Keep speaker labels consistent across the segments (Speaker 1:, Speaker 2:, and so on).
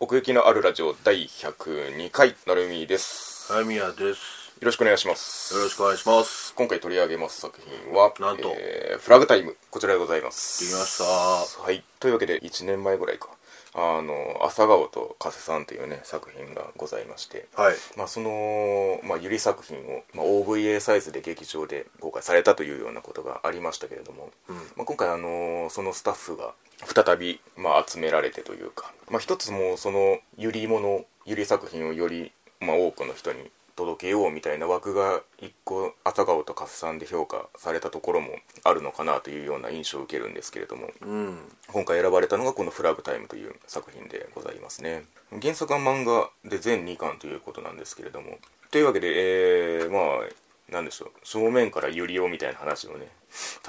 Speaker 1: 奥行きのあるラジオ第102回なるみです
Speaker 2: はい、みやです。
Speaker 1: よろしくお願いします
Speaker 2: よろしくお願いします。
Speaker 1: 今回取り上げます作品は
Speaker 2: なんと
Speaker 1: えーフラグタイムこちらでございます
Speaker 2: できました。
Speaker 1: はいというわけで1年前ぐらいかあの朝顔と加瀬さんというね作品がございまして
Speaker 2: はい。
Speaker 1: まあ、その、まあ、ゆり作品を、まあ、OVA サイズで劇場で公開されたというようなことがありましたけれども、
Speaker 2: うん
Speaker 1: まあ、今回、あのそのスタッフが再び、まあ、集められてというか、まあ、一つもうそのゆりものゆり作品をより、まあ、多くの人に届けようみたいな枠が一個朝顔と加瀬さんで評価されたところもあるのかなというような印象を受けるんですけれども、
Speaker 2: うん。
Speaker 1: 今回選ばれたのがこの「フラグタイム」という作品でございますね原作は漫画で全2巻ということなんですけれどもというわけでえー、まあなんでしょう正面からユリオみたいな話をね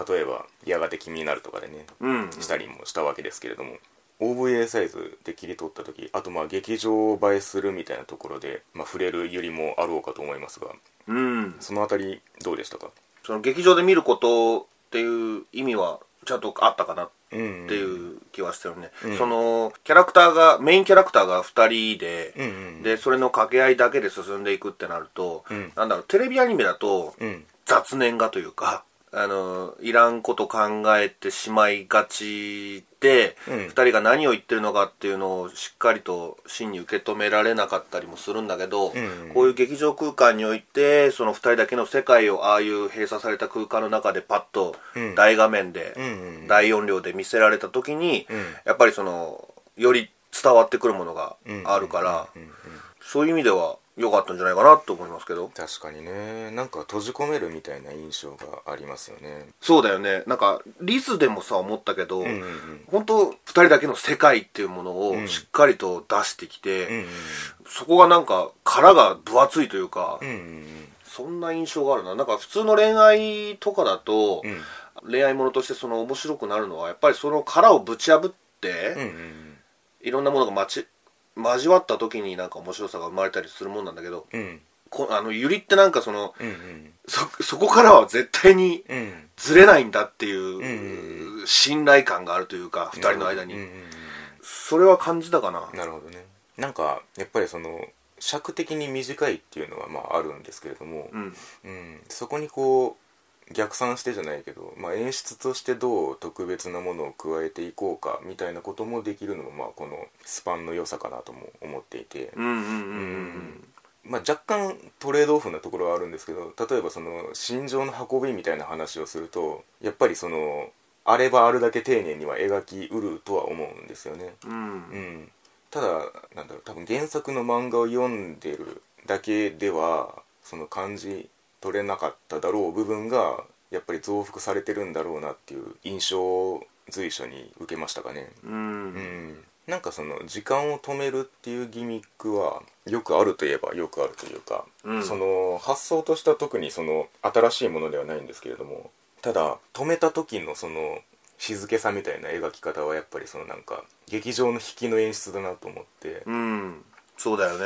Speaker 1: 例えば「やがて君になる」とかでね
Speaker 2: うん。
Speaker 1: したりもしたわけですけれども OVA サイズで切り取った時あとまあ劇場映えするみたいなところで、まあ、触れるユリもあろうかと思いますが
Speaker 2: うん。
Speaker 1: そのあたりどうでしたか
Speaker 2: その劇場で見ることっていう意味は、ちゃんとあったかなっ
Speaker 1: うん
Speaker 2: ていうう気はしてるね。
Speaker 1: ん
Speaker 2: その、キャラクターが、メインキャラクターが2人で、
Speaker 1: うんうん
Speaker 2: で、それの掛け合いだけで進んでいくってなると、
Speaker 1: ん
Speaker 2: なんだろう、テレビアニメだと、
Speaker 1: うん
Speaker 2: 雑念がというか、あの、いらんこと考えてしまいがちで、
Speaker 1: う
Speaker 2: 二、
Speaker 1: ん
Speaker 2: 人が何を言ってるのかっていうのをしっかりと真に受け止められなかったりもするんだけど、
Speaker 1: ん
Speaker 2: こういう劇場空間において、その二人だけの世界をああいう閉鎖された空間の中でパッと
Speaker 1: ん
Speaker 2: 大画面で、
Speaker 1: うんうん
Speaker 2: 大音量で見せられた時に、
Speaker 1: ん
Speaker 2: やっぱりその、より伝わってくるものがあるから、
Speaker 1: うんうん
Speaker 2: そういう意味では良かったんじゃないかなと思いますけど。
Speaker 1: 確かにねなんか閉じ込めるみたいな印象がありますよね
Speaker 2: そうだよねなんかリスでもさ思ったけど、
Speaker 1: うんうん
Speaker 2: 本当2人だけの世界っていうもの
Speaker 1: うん
Speaker 2: をしっかりと出してきて、
Speaker 1: うん
Speaker 2: そこがなんか殻が分厚いというか、
Speaker 1: うんうん
Speaker 2: そんな印象があるななんか普通の恋愛とかだと、
Speaker 1: うん
Speaker 2: 恋愛ものとしてその面白くなるのはやっぱりその殻をぶち破って、
Speaker 1: うんうん
Speaker 2: いろんなものがまち交わった時になんか面白さが生まれたりするもんなんだけど
Speaker 1: うんうん
Speaker 2: こあのゆりってなんかその
Speaker 1: うんうん
Speaker 2: そそこからは絶対に
Speaker 1: うん
Speaker 2: ずれないんだっていう、
Speaker 1: ん
Speaker 2: 信頼感があるというか2人の間に、
Speaker 1: うんうん
Speaker 2: それは感じたかな
Speaker 1: うんなるほどねなんかやっぱりその尺的に短いっていうのはまああるんですけれども、
Speaker 2: うん
Speaker 1: うん、そこにこう逆算してじゃないけど、まあ、演出としてどう特別なものを加えていこうかみたいなこともできるのもまあこのスパンの良さかなとも思っていて、
Speaker 2: うんうんうん
Speaker 1: まあ、若干トレードオフなところはあるんですけど例えばその心情の運びみたいな話をするとやっぱりそのあればあるだけ丁寧には描きうるとは思うんですよね。
Speaker 2: うんうん
Speaker 1: う、ん、ただなんだろう多分原作の漫画を読んでるだけではその感じ取れなかっただろう部分がやっぱり増幅されてるんだろうなっていう印象を随所に受けましたかね。
Speaker 2: うん
Speaker 1: う
Speaker 2: うん
Speaker 1: ん、なんかその時間を止めるっていうギミックはよくあるといえばよくあるというか、
Speaker 2: うん
Speaker 1: その発想としては特にその新しいものではないんですけれどもただ止めた時のその静けさみたいな描き方はやっぱりそのなんか劇場の引きの演出だなと思って、
Speaker 2: うんそうだよね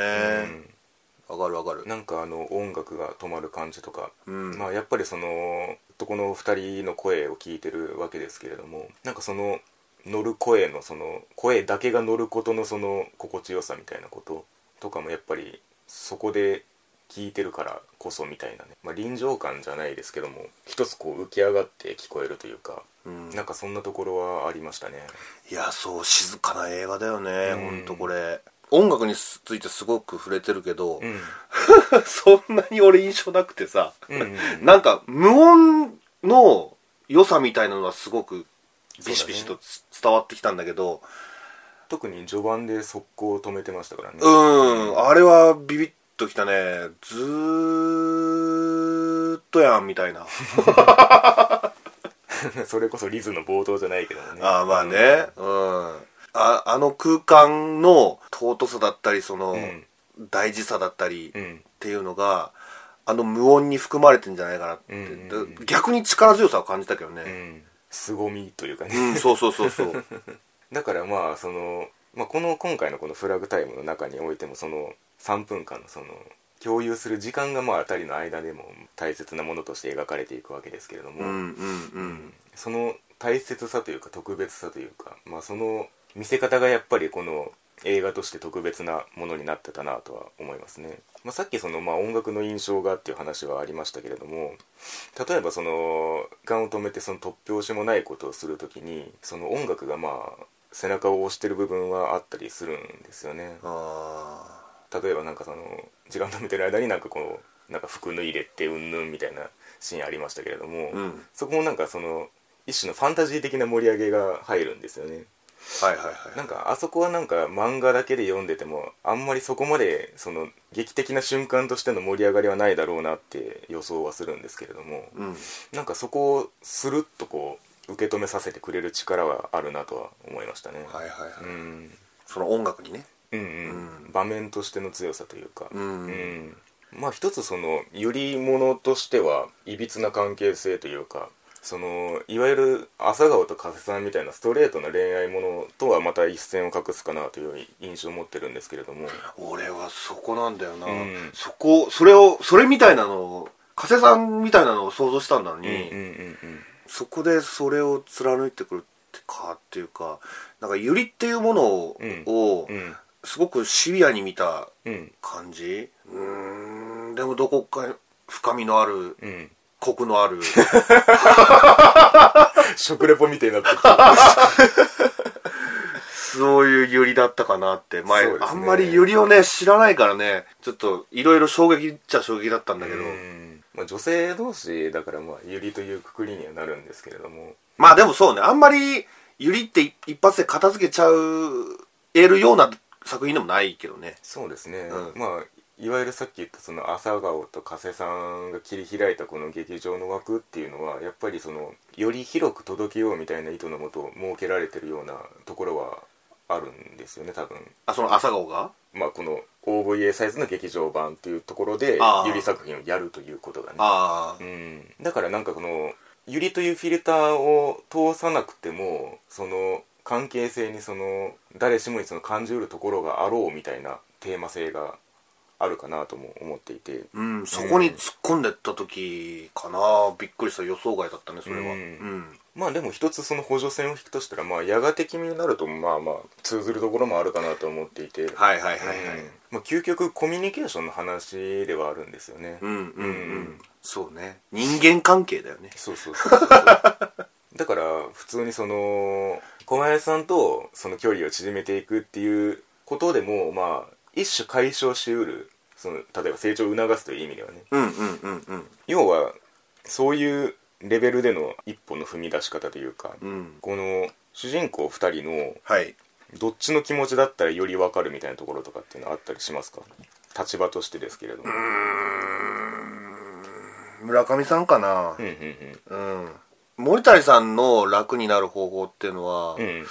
Speaker 2: わ、かるわかる
Speaker 1: うんなんかあの音楽が止まる感じとか
Speaker 2: うん
Speaker 1: まあ、やっぱりその男の2人の声を聞いてるわけですけれどもなんかその乗る声のその声だけが乗ることのその心地よさみたいなこととかもやっぱりそこで聞いてるからこそみたいなね、まあ、臨場感じゃないですけども一つこう浮き上がって聞こえるというか
Speaker 2: うん
Speaker 1: なんかそんなところはありましたね
Speaker 2: いやそう静かな映画だよね、
Speaker 1: うん
Speaker 2: ほんとこれ音楽についてすごく触れてるけど、
Speaker 1: うん
Speaker 2: そんなに俺印象なくてさ、
Speaker 1: うんうん
Speaker 2: なんか無音の良さみたいなのはすごくビシビシとつ伝わってきたんだけど
Speaker 1: 特に序盤で速攻を止めてましたからね
Speaker 2: うん、あれはビビッときたね。ずーっとやん、みた いな。
Speaker 1: それこそリズの冒頭じゃないけどもね
Speaker 2: ああ、まあね。うん。ああの空間の尊さだったり、その、
Speaker 1: ん
Speaker 2: 大事さだったり
Speaker 1: う
Speaker 2: っ
Speaker 1: ん
Speaker 2: ていうのが、あの無音に含まれてんじゃないかなって。
Speaker 1: うんうんうん
Speaker 2: で逆に力強さを感じたけど
Speaker 1: う
Speaker 2: ね。
Speaker 1: ん凄みというかね
Speaker 2: うん、そうそうそう そう。
Speaker 1: だからまあその、まあ、この今回のこの「フラグタイム」の中においてもその3分間のその共有する時間がまあ2人の間でも大切なものとして描かれていくわけですけれども、
Speaker 2: うんうんうん。
Speaker 1: その大切さというか特別さというか、まあ、その見せ方がやっぱりこの映画として特別なものになってたなとは思いますね、まあ、さっきその、まあ、音楽の印象がっていう話はありましたけれども例えばその眼を止めてその突拍子もないことをする時にその音楽がまあ背中を押してる部分はあったりするんですよね
Speaker 2: あ
Speaker 1: 例えばなんかその時間止めてる間になんかこうなんか服脱いでってうんぬんみたいなシーンありましたけれども、
Speaker 2: あうん
Speaker 1: そこもなんかその一種のファンタジー的な盛り上げが入るんですよね
Speaker 2: はいはいはい
Speaker 1: なんかあそこはなんか漫画だけで読んでてもあんまりそこまでその劇的な瞬間としての盛り上がりはないだろうなって予想はするんですけれども
Speaker 2: うん
Speaker 1: なんかそこをスルッとこう受け止めさせてくれる力はあるなとは思いましたね、
Speaker 2: はいはいはい、
Speaker 1: うん
Speaker 2: その音楽にね
Speaker 1: うんうん、場面としての強さというか、
Speaker 2: うん
Speaker 1: うんまあ一つそのより物としてはいびつな関係性というかそのいわゆる朝顔と加瀬さんみたいなストレートな恋愛ものとはまた一線を画すかなという印象を持ってるんですけれども
Speaker 2: 俺はそこなんだよな、
Speaker 1: うん
Speaker 2: そこそれをそれみたいなのを加瀬さんみたいなのを想像したんだの
Speaker 1: うんうん
Speaker 2: に、
Speaker 1: うん
Speaker 2: そこでそれを貫いてくるってかっていうかなんかユリっていうものを,、
Speaker 1: うん
Speaker 2: を
Speaker 1: うん
Speaker 2: すごくシビアに見た
Speaker 1: うん
Speaker 2: 感じうーんでもどこか深みのある
Speaker 1: うんうん
Speaker 2: コクの ある
Speaker 1: 食レポみたいになってきた
Speaker 2: そういうユリだったかなって前、
Speaker 1: そうです
Speaker 2: あ
Speaker 1: ね
Speaker 2: んまりユリをね知らないからねちょっといろいろ衝撃っちゃ衝撃だったんだけど、
Speaker 1: うんまあ、女性同士だからまあゆりというくくりにはなるんですけれども
Speaker 2: まあでもそうねあんまりユリって一一発で片付けちゃうえるような作品でもないけどね
Speaker 1: そうですね、
Speaker 2: うん
Speaker 1: まあいわゆるさっき言ったその朝顔と加瀬さんが切り開いたこの劇場の枠っていうのはやっぱりそのより広く届けようみたいな意図のもと設けられてるようなところはあるんですよね多分。
Speaker 2: あその朝顔が
Speaker 1: まあこの OVA サイズの劇場版っていうところで
Speaker 2: あー
Speaker 1: ゆり作品をやるということがね
Speaker 2: ああ
Speaker 1: うん、だからなんかこのユリというフィルターを通さなくてもその関係性にその誰しもにその感じうるところがあろうみたいなテーマ性があるかなとも思っていて、
Speaker 2: うんそこに突っ込んでった時かなびっくりした予想外だったねそれは
Speaker 1: う
Speaker 2: うんん、
Speaker 1: まあでも一つその補助線を引くとしたらまあやがて君になるとまあまあ通ずるところもあるかなと思っていて、
Speaker 2: はいはいはいはい、
Speaker 1: うんまあ、究極コミュニケーションの話ではあるんですよね。
Speaker 2: うん、うんうん
Speaker 1: うん
Speaker 2: そうね人間関係だよね
Speaker 1: そうそうそうそうそうだから普通にその小林さんとその距離を縮めていくっていうことでもまあ一種解消しうるその例えば成長を促すという意味ではね
Speaker 2: うんうんうんうん
Speaker 1: 要はそういうレベルでの一歩の踏み出し方というか、
Speaker 2: うん
Speaker 1: この主人公2人の
Speaker 2: はい
Speaker 1: どっちの気持ちだったらより分かるみたいなところとかっていうのはあったりしますか立場としてですけれども、
Speaker 2: 村上さんかな
Speaker 1: うんうん
Speaker 2: うん、森谷さんの楽になる方法っていうのは
Speaker 1: うんうん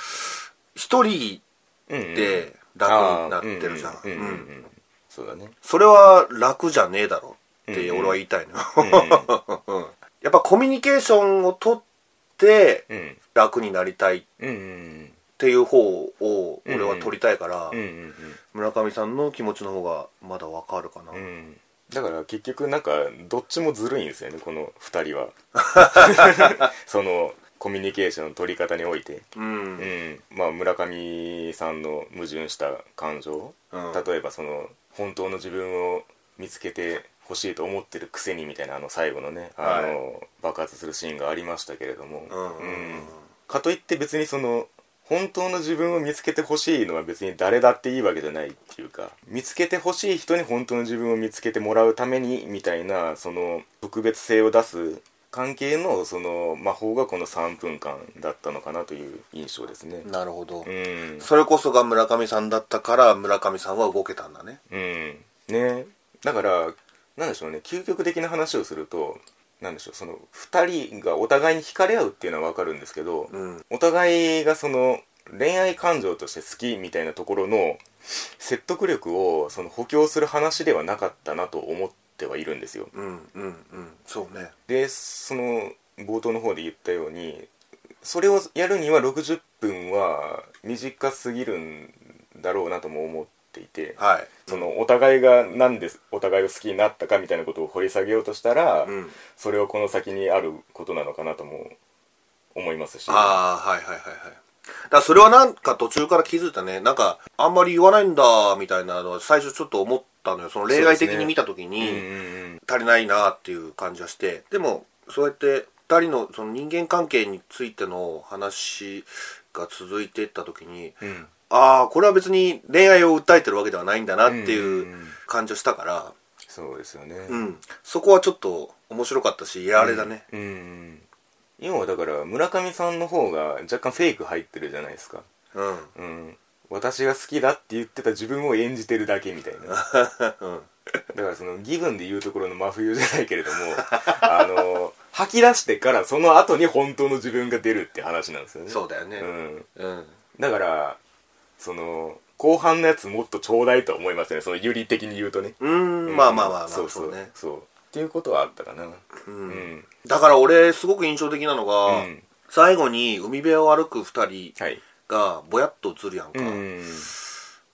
Speaker 2: 一、人
Speaker 1: うんうん
Speaker 2: で楽になってるじゃん
Speaker 1: あーうううう
Speaker 2: うん
Speaker 1: うんそうだね
Speaker 2: それは楽じゃねえだろって
Speaker 1: うんうん
Speaker 2: 俺は言いたいの、
Speaker 1: う
Speaker 2: うん やっぱコミュニケーションをとって
Speaker 1: んうん
Speaker 2: 楽になりたいっ
Speaker 1: うんうん
Speaker 2: ていう方を俺は取りたいから、
Speaker 1: うんうん
Speaker 2: 村上さんの気持ちの方がまだわかるかな、
Speaker 1: うんうんだから結局なんかどっちもずるいんですよねこの2人はそのコミュニケーションの取り方において、
Speaker 2: うん
Speaker 1: うんまあ、村上さんの矛盾した感情、
Speaker 2: うん
Speaker 1: 例えばその本当の自分を見つけてほしいと思ってるくせにみたいなあの最後のねあの、爆発するシーンがありましたけれども、
Speaker 2: うん
Speaker 1: うんかといって別にその本当の自分を見つけてほしいのは別に誰だっていいわけじゃないっていうか見つけてほしい人に本当の自分を見つけてもらうためにみたいなその特別性を出す関係のその魔法がこの3分間だったのかなという印象ですね。
Speaker 2: なるほど、
Speaker 1: うん、
Speaker 2: それこそが村上さんだったから村上さんは動けたんだね
Speaker 1: うん、ねだからなんでしょうね究極的な話をするとなんでしょうその2人がお互いに惹かれ合うっていうのは分かるんですけど、
Speaker 2: うん
Speaker 1: お互いがその恋愛感情として好きみたいなところの説得力をその補強する話ではなかったなと思ってはいるんですよ
Speaker 2: うんうんうんそうね
Speaker 1: でその冒頭の方で言ったようにそれをやるには60分は短すぎるんだろうなとも思っていて
Speaker 2: はい
Speaker 1: そのお互いがなんでお互いを好きになったかみたいなことを掘り下げようとしたら、
Speaker 2: うん
Speaker 1: それをこの先にあることなのかなとも思いますし
Speaker 2: ああはいはいはいはいだからそれはなんか途中から気づいたねなんかあんまり言わないんだみたいなのは最初ちょっと思ったのよその例外的に見た時に、
Speaker 1: うんうん
Speaker 2: 足りないなっていう感じはしてでもそうやって2人のその人間関係についての話が続いていった時に
Speaker 1: うんうん
Speaker 2: ああこれは別に恋愛を訴えてるわけではないんだなって
Speaker 1: うんうん
Speaker 2: いううん感じをしたから、
Speaker 1: そうですよね
Speaker 2: うんそこはちょっと面白かったしいやあれだね、
Speaker 1: うんうん要はだから村上さんの方が若干フェイク入ってるじゃないですか
Speaker 2: うん
Speaker 1: うん私が好きだって言ってた自分を演じてるだけみ たいな
Speaker 2: うん
Speaker 1: だからそのギブンで言うところの真冬じゃないけれども あの吐き出してからその後に本当の自分が出るって話なんですよね
Speaker 2: そうだよね
Speaker 1: うん、
Speaker 2: うん
Speaker 1: だからその後半のやつもっとちょうだいとは思いますねその有利的に言うとね、
Speaker 2: うんまあまあまあまあ
Speaker 1: そうそう
Speaker 2: そうね
Speaker 1: そうっていうことはあったかな
Speaker 2: う
Speaker 1: うんん、
Speaker 2: だから俺すごく印象的なのが、
Speaker 1: うん
Speaker 2: 最後に海辺を歩く2人
Speaker 1: はい
Speaker 2: がぼやっと映るやんか、
Speaker 1: うん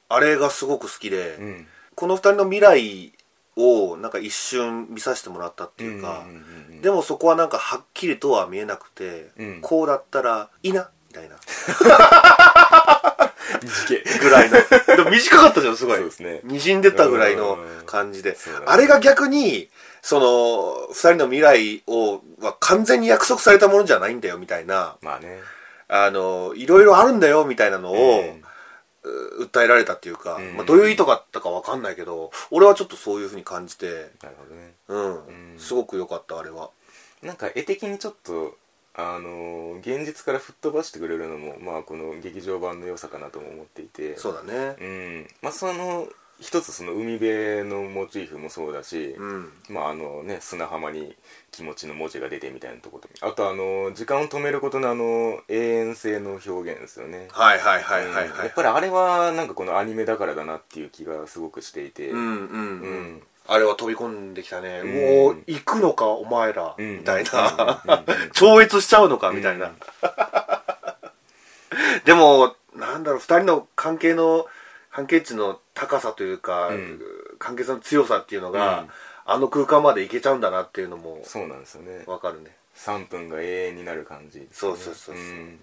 Speaker 2: あれがすごく好きで、
Speaker 1: うん
Speaker 2: この2人の未来をなんか一瞬見させてもらったっていう
Speaker 1: んんうん
Speaker 2: か、
Speaker 1: うん
Speaker 2: でもそこはなんかはっきりとは見えなくて、
Speaker 1: うん
Speaker 2: こうだったらいいなみたいな
Speaker 1: 短い
Speaker 2: ぐらいのでも短かったじゃんすごい
Speaker 1: そうですね
Speaker 2: にじんでったぐらいの感じで
Speaker 1: そうだね
Speaker 2: あれが逆にその2人の未来をは完全に約束されたものじゃないんだよみたいな
Speaker 1: まあね
Speaker 2: あのいろいろあるんだよみたいなのを、
Speaker 1: うん
Speaker 2: う訴えられたっていうか、
Speaker 1: うん
Speaker 2: まあ、どういう意図があったかわかんないけど俺はちょっとそういうふうに感じて
Speaker 1: なるほどね
Speaker 2: うん、
Speaker 1: うん
Speaker 2: すごく良かったあれは
Speaker 1: なんか絵的にちょっとあのー現実から吹っ飛ばしてくれるのもまあこの劇場版の良さかなとも思っていて
Speaker 2: そうだね
Speaker 1: うんまあその一つその海辺のモチーフもそうだし、
Speaker 2: うん
Speaker 1: まああのね砂浜に気持ちの文字が出てみたいなとことあとあの時間を止めることのあの永遠性の表現ですよね
Speaker 2: はいはいはいはい
Speaker 1: うん
Speaker 2: は
Speaker 1: や
Speaker 2: い
Speaker 1: っぱりあれはなんかこのアニメだからだなっていう気がすごくしていて
Speaker 2: う
Speaker 1: うん
Speaker 2: んうんう
Speaker 1: うんん
Speaker 2: あれは飛び込んできたね、
Speaker 1: うん
Speaker 2: もう行くのかお前ら、
Speaker 1: うん
Speaker 2: みたい
Speaker 1: うんうん
Speaker 2: な
Speaker 1: うん
Speaker 2: 超越しちゃうのかみたいな、
Speaker 1: うん
Speaker 2: でもなんだろう2人の関係の関係値の高さというか、
Speaker 1: うん
Speaker 2: 関係性の強さっていうのが、
Speaker 1: うん
Speaker 2: あの空間まで行けちゃうんだなっていうのも
Speaker 1: そうなんですよね
Speaker 2: わかるね
Speaker 1: 3分が永遠になる感じ、
Speaker 2: そうそうそうそう、
Speaker 1: ん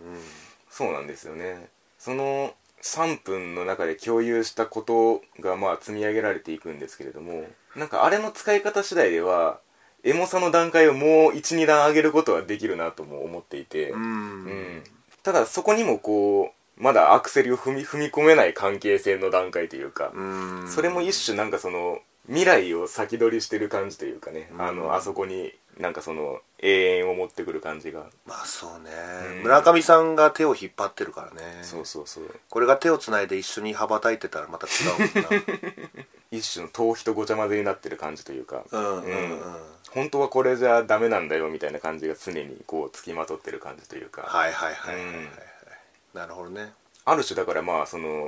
Speaker 1: そうなんですよねその3分の中で共有したことがまあ積み上げられていくんですけれどもなんかあれの使い方次第ではエモさの段階をもう12段上げることはできるなとも思っていて、
Speaker 2: うん、
Speaker 1: うんただそこにもこうまだアクセルを踏み踏み込めない関係性の段階というか、
Speaker 2: うん
Speaker 1: それも一種なんかその未来を先取りしてる感じというかね、あ
Speaker 2: うん
Speaker 1: のあそこになんかその永遠を持ってくる感じが、
Speaker 2: まあそうね、
Speaker 1: うん
Speaker 2: 村上さんが手を引っ張ってるからね
Speaker 1: そうそうそう
Speaker 2: これが手をつないで一緒に羽ばたいてたらまた違
Speaker 1: 一種の頭皮とごちゃ混ぜになってる感じというか、
Speaker 2: うもんなうんうんうん、
Speaker 1: うん本当はこれじゃダメなんだよみたいな感じが常にこうつきまとってる感じというか、
Speaker 2: はいはいはいはいはい、はい
Speaker 1: うん
Speaker 2: なるほどね
Speaker 1: ある種だからまあその青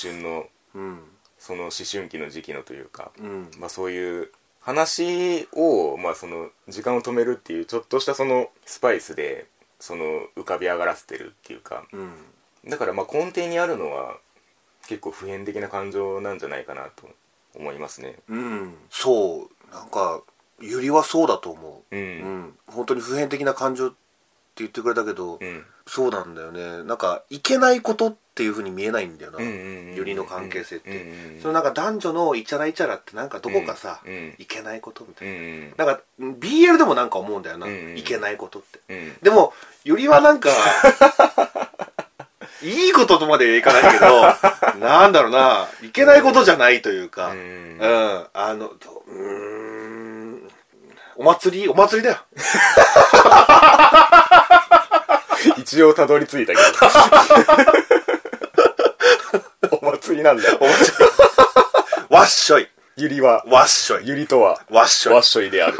Speaker 1: 春の
Speaker 2: うん
Speaker 1: その思春期の時期のというか、
Speaker 2: うん
Speaker 1: まあ、そういう話を、まあ、その時間を止めるっていうちょっとしたそのスパイスでその浮かび上がらせてるっていうか
Speaker 2: うん
Speaker 1: だからまあ根底にあるのは結構普遍的な感情なんじゃないかなと思いますね。
Speaker 2: うんそうなんかゆりはそうだと思う
Speaker 1: う、
Speaker 2: うん本当に普遍的な感情って言ってくれたけど、
Speaker 1: うん
Speaker 2: そうなんだよねなんかいけないことっていうふうに見えないんだよな、
Speaker 1: よ
Speaker 2: よりの関係性ってその
Speaker 1: な
Speaker 2: なんか男女のイチャライチャラってなんかどこかさ、
Speaker 1: うんうん
Speaker 2: いけないことみた
Speaker 1: う
Speaker 2: いな、
Speaker 1: ん
Speaker 2: なんか BL でもなんか思うんだよな、
Speaker 1: うん
Speaker 2: いけないことって
Speaker 1: うん
Speaker 2: でもより はなんかいいこととまではいかないけどなんだろうないけないことじゃないというか、うん
Speaker 1: う
Speaker 2: あのどうーんお祭りお祭りだよ
Speaker 1: ん一応たどり着い たけどお祭りなんだよ
Speaker 2: お祭りわっしょい
Speaker 1: ゆりは
Speaker 2: わっしょい
Speaker 1: ゆりとは
Speaker 2: わっしょい
Speaker 1: わっしょいである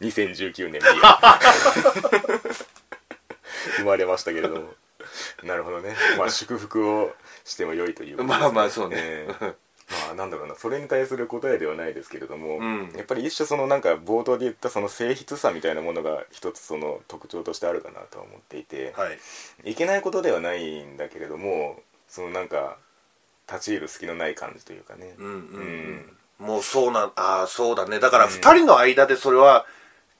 Speaker 1: 2019年に 生まれましたけれどもなるほどねまあ祝福をしても良いということです
Speaker 2: まあまあそうね
Speaker 1: ええ まあなんだろうなそれに対する答えではないですけれども、
Speaker 2: うん
Speaker 1: やっぱり一種そのなんか冒頭で言ったその性質さみたいなものが一つその特徴としてあるかなとは思っていて、
Speaker 2: はい
Speaker 1: いけないことではないんだけれどもそのなんか立ち入る隙のない感じというかね
Speaker 2: うんうん
Speaker 1: うん
Speaker 2: もうそうなんああそうだねだから
Speaker 1: うん
Speaker 2: 2人の間でそれは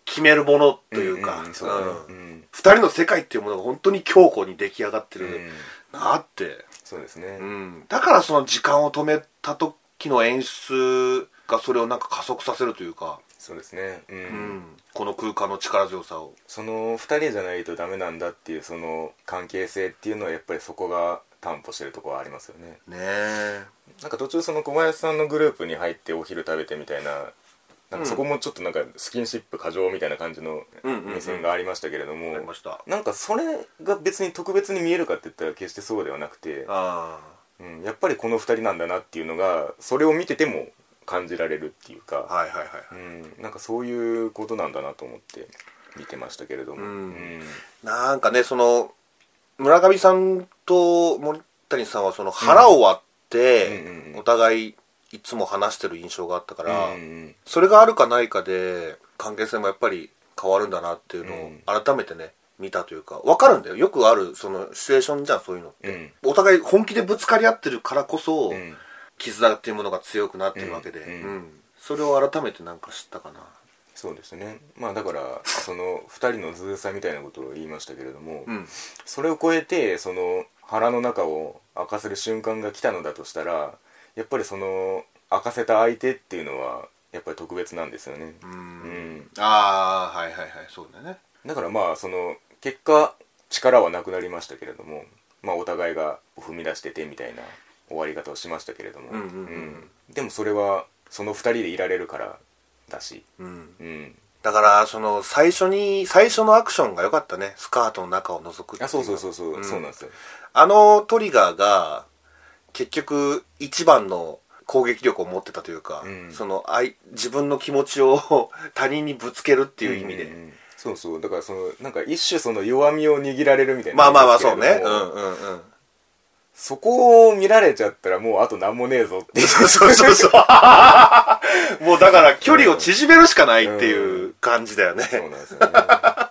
Speaker 2: 決めるものというか、
Speaker 1: んんそうだね
Speaker 2: う
Speaker 1: うんん
Speaker 2: 二人の世界っていうものが本当に強固に出来上がって
Speaker 1: う
Speaker 2: る
Speaker 1: ん
Speaker 2: なって、
Speaker 1: そうですね
Speaker 2: うんだからその時間を止めた時の演出がそれをなんか加速させるというか、
Speaker 1: そうですねう
Speaker 2: うんんこの空間の力強さを
Speaker 1: その2人じゃないとダメなんだっていうその関係性っていうのはやっぱりそこが担保してるところはありますよね
Speaker 2: ねえ
Speaker 1: なんか途中その小林さんのグループに入ってお昼食べてみたいななん
Speaker 2: うん
Speaker 1: かそこもちょっとなんかスキンシップ過剰みたいな感じの
Speaker 2: うんうんうん
Speaker 1: 目線がありましたけれども、
Speaker 2: ありました
Speaker 1: なんかそれが別に特別に見えるかって言ったら決してそうではなくて、
Speaker 2: あ
Speaker 1: うん、やっぱりこの2人なんだなっていうのがそれを見てても感じられるっていうか、
Speaker 2: あはいはいはい、
Speaker 1: うん、なんかそういうことなんだなと思って見てましたけれども、
Speaker 2: うんなんかねその村上さんと森谷さんはその腹を割って、
Speaker 1: うんうんうん
Speaker 2: お互いいつも話してる印象があったから、
Speaker 1: うんうん
Speaker 2: それがあるかないかで関係性もやっぱり変わるんだなっていうのを改めてね見たというか分かるんだよよくあるそのシチュエーションじゃんそういうのって、
Speaker 1: うん
Speaker 2: お互い本気でぶつかり合ってるからこそ、
Speaker 1: うん
Speaker 2: 絆っていうものが強くなってるわけで、
Speaker 1: うんうん
Speaker 2: うんそれを改めてなんか知ったかな
Speaker 1: そうですねまあだからその2人のずうさみたいなことを言いましたけれども、
Speaker 2: うん
Speaker 1: それを超えてその腹の中を明かせる瞬間が来たのだとしたらやっぱりその明かせた相手っていうのはやっぱり特別なんですよね、
Speaker 2: うん、
Speaker 1: うん
Speaker 2: ああはいはいはいそうだよね
Speaker 1: だからまあその結果力はなくなりましたけれどもまあお互いが踏み出しててみたいな終わり方をしましたけれども、
Speaker 2: うんうんうん
Speaker 1: でもそれはその2人でいられるからだし、
Speaker 2: うん
Speaker 1: うん、
Speaker 2: だからその最初に最初のアクションが良かったねスカートの中を覗くってい
Speaker 1: あそうそうそうそう、
Speaker 2: ん
Speaker 1: そうなんですよ
Speaker 2: あのトリガーが結局一番の攻撃力を持ってたというか、
Speaker 1: うん
Speaker 2: そのあい自分の気持ちを 他人にぶつけるっていう意味で、
Speaker 1: んんんそうそうだからそのなんか一種その弱みを握られるみたいな
Speaker 2: まあまあまあそうね
Speaker 1: けれ
Speaker 2: う
Speaker 1: ども
Speaker 2: んうんうん
Speaker 1: そこを見られちゃったらもうあと何もねえぞっていう
Speaker 2: そうそうそ うそうもうだから距離を縮めるしかないっていう感じだよね、
Speaker 1: そうなんですよねま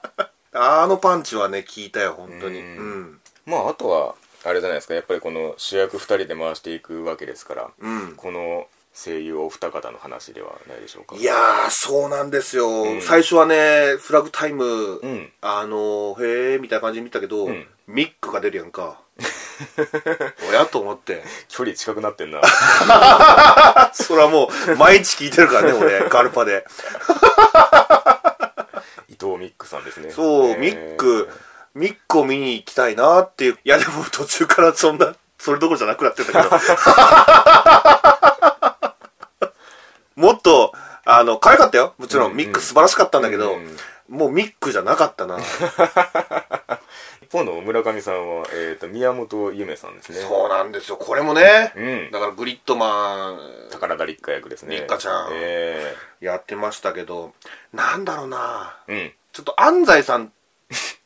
Speaker 2: あのパンチはね効いたよ本当に
Speaker 1: うん
Speaker 2: うん
Speaker 1: ああとはあれじゃないですかやっぱりこの主役2人で回していくわけですから、
Speaker 2: うん
Speaker 1: この声優お二方の話ではないでしょうか
Speaker 2: いやー、そうなんですよ。
Speaker 1: ん
Speaker 2: 最初はね、フラグタイム、
Speaker 1: うん
Speaker 2: あのー、へーみたいな感じで見たけど、
Speaker 1: ん
Speaker 2: ミックが出るや んか。おやと思って。
Speaker 1: 距離近くなってん な
Speaker 2: それはもう、毎日聞いてるからね、俺、ガルパで。
Speaker 1: 伊藤ミックさんですね
Speaker 2: そう、
Speaker 1: えー
Speaker 2: ミック、ミックを見に行きたいなっていう。いや、でも途中からそんな、それどころじゃなくなってたけど。 もっと、あの、可愛かったよ。もちろん、
Speaker 1: うん
Speaker 2: ミック素晴らしかったんだけど、
Speaker 1: うん
Speaker 2: もうミックじゃなかったな。
Speaker 1: 一方の村上さんは、えー、と宮本ゆめさんですね
Speaker 2: そうなんですよ。これもね、
Speaker 1: うん
Speaker 2: だからグリッドマン
Speaker 1: 宝田立花役ですね
Speaker 2: 立花ちゃん
Speaker 1: え
Speaker 2: やってましたけど、なんだろうな
Speaker 1: えうん
Speaker 2: ちょっと安西さん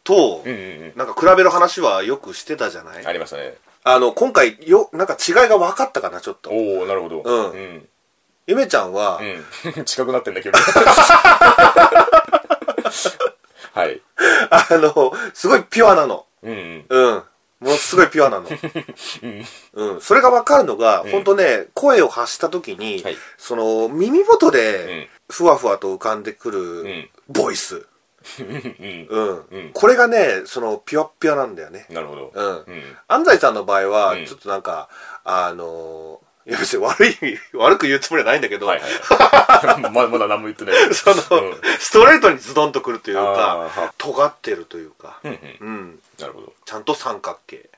Speaker 2: と、
Speaker 1: うんうんうん
Speaker 2: なんか比べる話はよくしてたじゃない
Speaker 1: ありましたね
Speaker 2: あの、今回よ、なんか違いが分かったかな、ちょっと。
Speaker 1: おおなるほど
Speaker 2: うん
Speaker 1: うん、
Speaker 2: ゆめちゃんは、
Speaker 1: うん 近くなってんだけどはい
Speaker 2: あの、すごいピュアなの。
Speaker 1: うんうん
Speaker 2: うん。ものすごいピュ アなの。うん。それが分かるのが、ほんとね、声を発した時に、
Speaker 1: はい
Speaker 2: その、耳元
Speaker 1: う
Speaker 2: で
Speaker 1: ん、
Speaker 2: ふわふわと浮かんでく
Speaker 1: う
Speaker 2: る
Speaker 1: ん、
Speaker 2: ボイス。
Speaker 1: うん
Speaker 2: うん、
Speaker 1: うん
Speaker 2: これがねそのピュアッピュアなんだよね
Speaker 1: なるほど
Speaker 2: うん、
Speaker 1: うん
Speaker 2: 安西さんの場合は
Speaker 1: うん
Speaker 2: ちょっとなんか、あのーいや別に悪い 意味悪く言うつもりはないんだけど、
Speaker 1: はい はいはいままだ何も言ってない
Speaker 2: その、
Speaker 1: うん
Speaker 2: ストレートにズドンとくるという
Speaker 1: あー
Speaker 2: か
Speaker 1: は
Speaker 2: 尖ってるというか、
Speaker 1: うんうん
Speaker 2: うん
Speaker 1: なるほど
Speaker 2: ちゃんと三角形、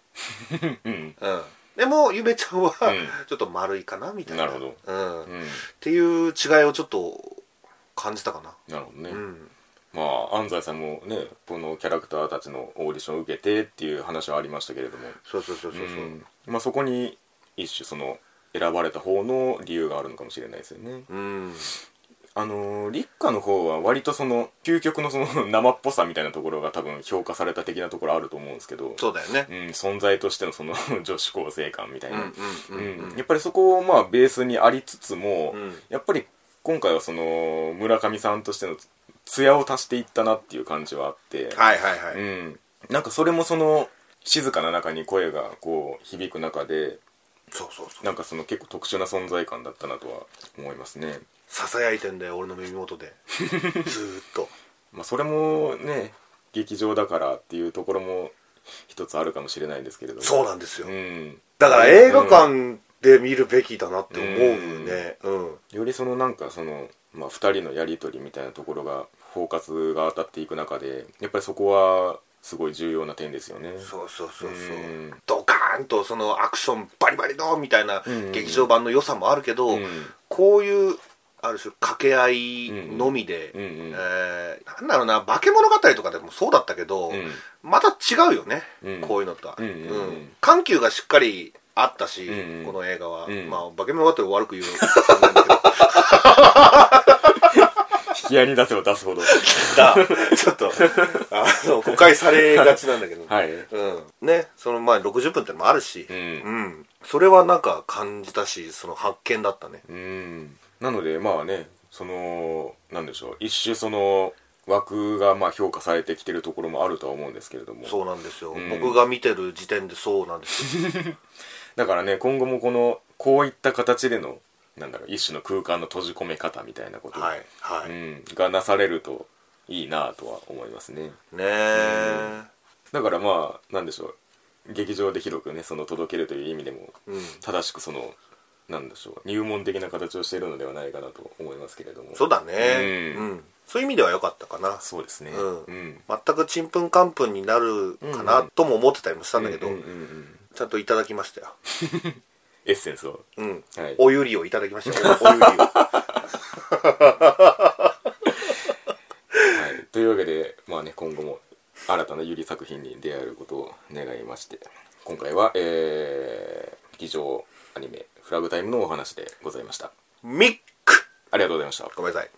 Speaker 1: うん
Speaker 2: うん、でもゆめちゃんは、
Speaker 1: ん
Speaker 2: ちょっと丸いかなみたいな
Speaker 1: なるほ
Speaker 2: うんっ
Speaker 1: うん
Speaker 2: ていう違いをちょっと感じたかな
Speaker 1: なるほどね、
Speaker 2: うん
Speaker 1: まあ安西さんもねこのキャラクターたちのオーディションを受けてっていう話はありましたけれども
Speaker 2: そうそうそうそうそう、
Speaker 1: うんまあ、そこに一種その選ばれた方の理由があるのかもしれないですよね
Speaker 2: うん
Speaker 1: あのー立花の方は割とその究極のその 生っぽさみたいなところが多分評価された的なところあると思うんですけど
Speaker 2: そうだよね
Speaker 1: う、ん、存在としてのそ の女子高生感みたいな、
Speaker 2: うんうんうんうん
Speaker 1: うんやっぱりそこをまあベースにありつつも、
Speaker 2: うん
Speaker 1: やっぱり今回はその村上さんとしての艶を足していったなっていう感じはあって、
Speaker 2: はいはいはい、
Speaker 1: うん、なんかそれもその静かな中に声がこう響く中で
Speaker 2: そうそうそう
Speaker 1: なんかその結構特殊な存在感だったなとは思いますね
Speaker 2: ささやいてんだよ俺の耳元でずーっと
Speaker 1: まあ、それもね劇場だからっていうところも一つあるかもしれないですけれども
Speaker 2: そうなんですよ、
Speaker 1: うん、
Speaker 2: だから映画館で見るべきだなって思うねうん、
Speaker 1: よりそのなんかその、まあ、2人のやり取りみたいなところがフォーカスが当たっていく中でやっぱりそこはすごい重要な点ですよね
Speaker 2: そうそうそうそう、
Speaker 1: うん
Speaker 2: ドカーンとそのアクションバリバリのみたいな
Speaker 1: うん
Speaker 2: 劇場版の良さもあるけど、
Speaker 1: うん
Speaker 2: こういうある種掛け合いのみで、
Speaker 1: うんうん
Speaker 2: えーなんだろうな化け物語とかでもそうだったけど、
Speaker 1: うん
Speaker 2: また違うよね、
Speaker 1: うん
Speaker 2: こういうのとは、
Speaker 1: うんうんうん
Speaker 2: 緩急がしっかりあったし、
Speaker 1: うんうん
Speaker 2: この映画は、
Speaker 1: うん
Speaker 2: まあ化け物語を悪く 言うのなんだけど
Speaker 1: 引き合いに出せば出す ほど
Speaker 2: ちょっとあの誤解されがちなんだけど、
Speaker 1: はい
Speaker 2: うん、ねその前60分ってのもあるし、
Speaker 1: うん
Speaker 2: うん、それはなんか感じたしその発見だったね
Speaker 1: うんなのでまあねそのなんでしょう一種その枠がまあ評価されてきてるところもあるとは思うんですけれども
Speaker 2: そうなんですよ、
Speaker 1: ん
Speaker 2: 僕が見てる時点でそうなんですよ
Speaker 1: だからね今後もこのこういった形でのなんだろう一種の空間の閉じ込め方みたいなこと、
Speaker 2: はいは
Speaker 1: う
Speaker 2: い、ね
Speaker 1: ん、がなされるといいなとは思いますね
Speaker 2: え
Speaker 1: だからまあなんでしょう劇場で広くねその届けるという意味でも
Speaker 2: うん
Speaker 1: 正しくそのなんでしょう入門的な形をしているのではないかなと思いますけれども
Speaker 2: そうだね、
Speaker 1: う
Speaker 2: うんんそういう意味では良かったかな
Speaker 1: そうですね
Speaker 2: うん
Speaker 1: うん
Speaker 2: 全くちんぷんかんぷんになるかなとも思ってたりもしたんだけど、
Speaker 1: うんうんうん
Speaker 2: ちゃんといただきましたよ、
Speaker 1: エッセンスを
Speaker 2: うん
Speaker 1: はい
Speaker 2: おゆりをいただきましたよおおゆりを
Speaker 1: はい、というわけで、まあね、今後も新たなゆり作品に出会えることを願いまして今回は、えー、劇場アニメ「フラグタイム」のお話でございました
Speaker 2: ミック
Speaker 1: ありがとうございました
Speaker 2: ごめんなさい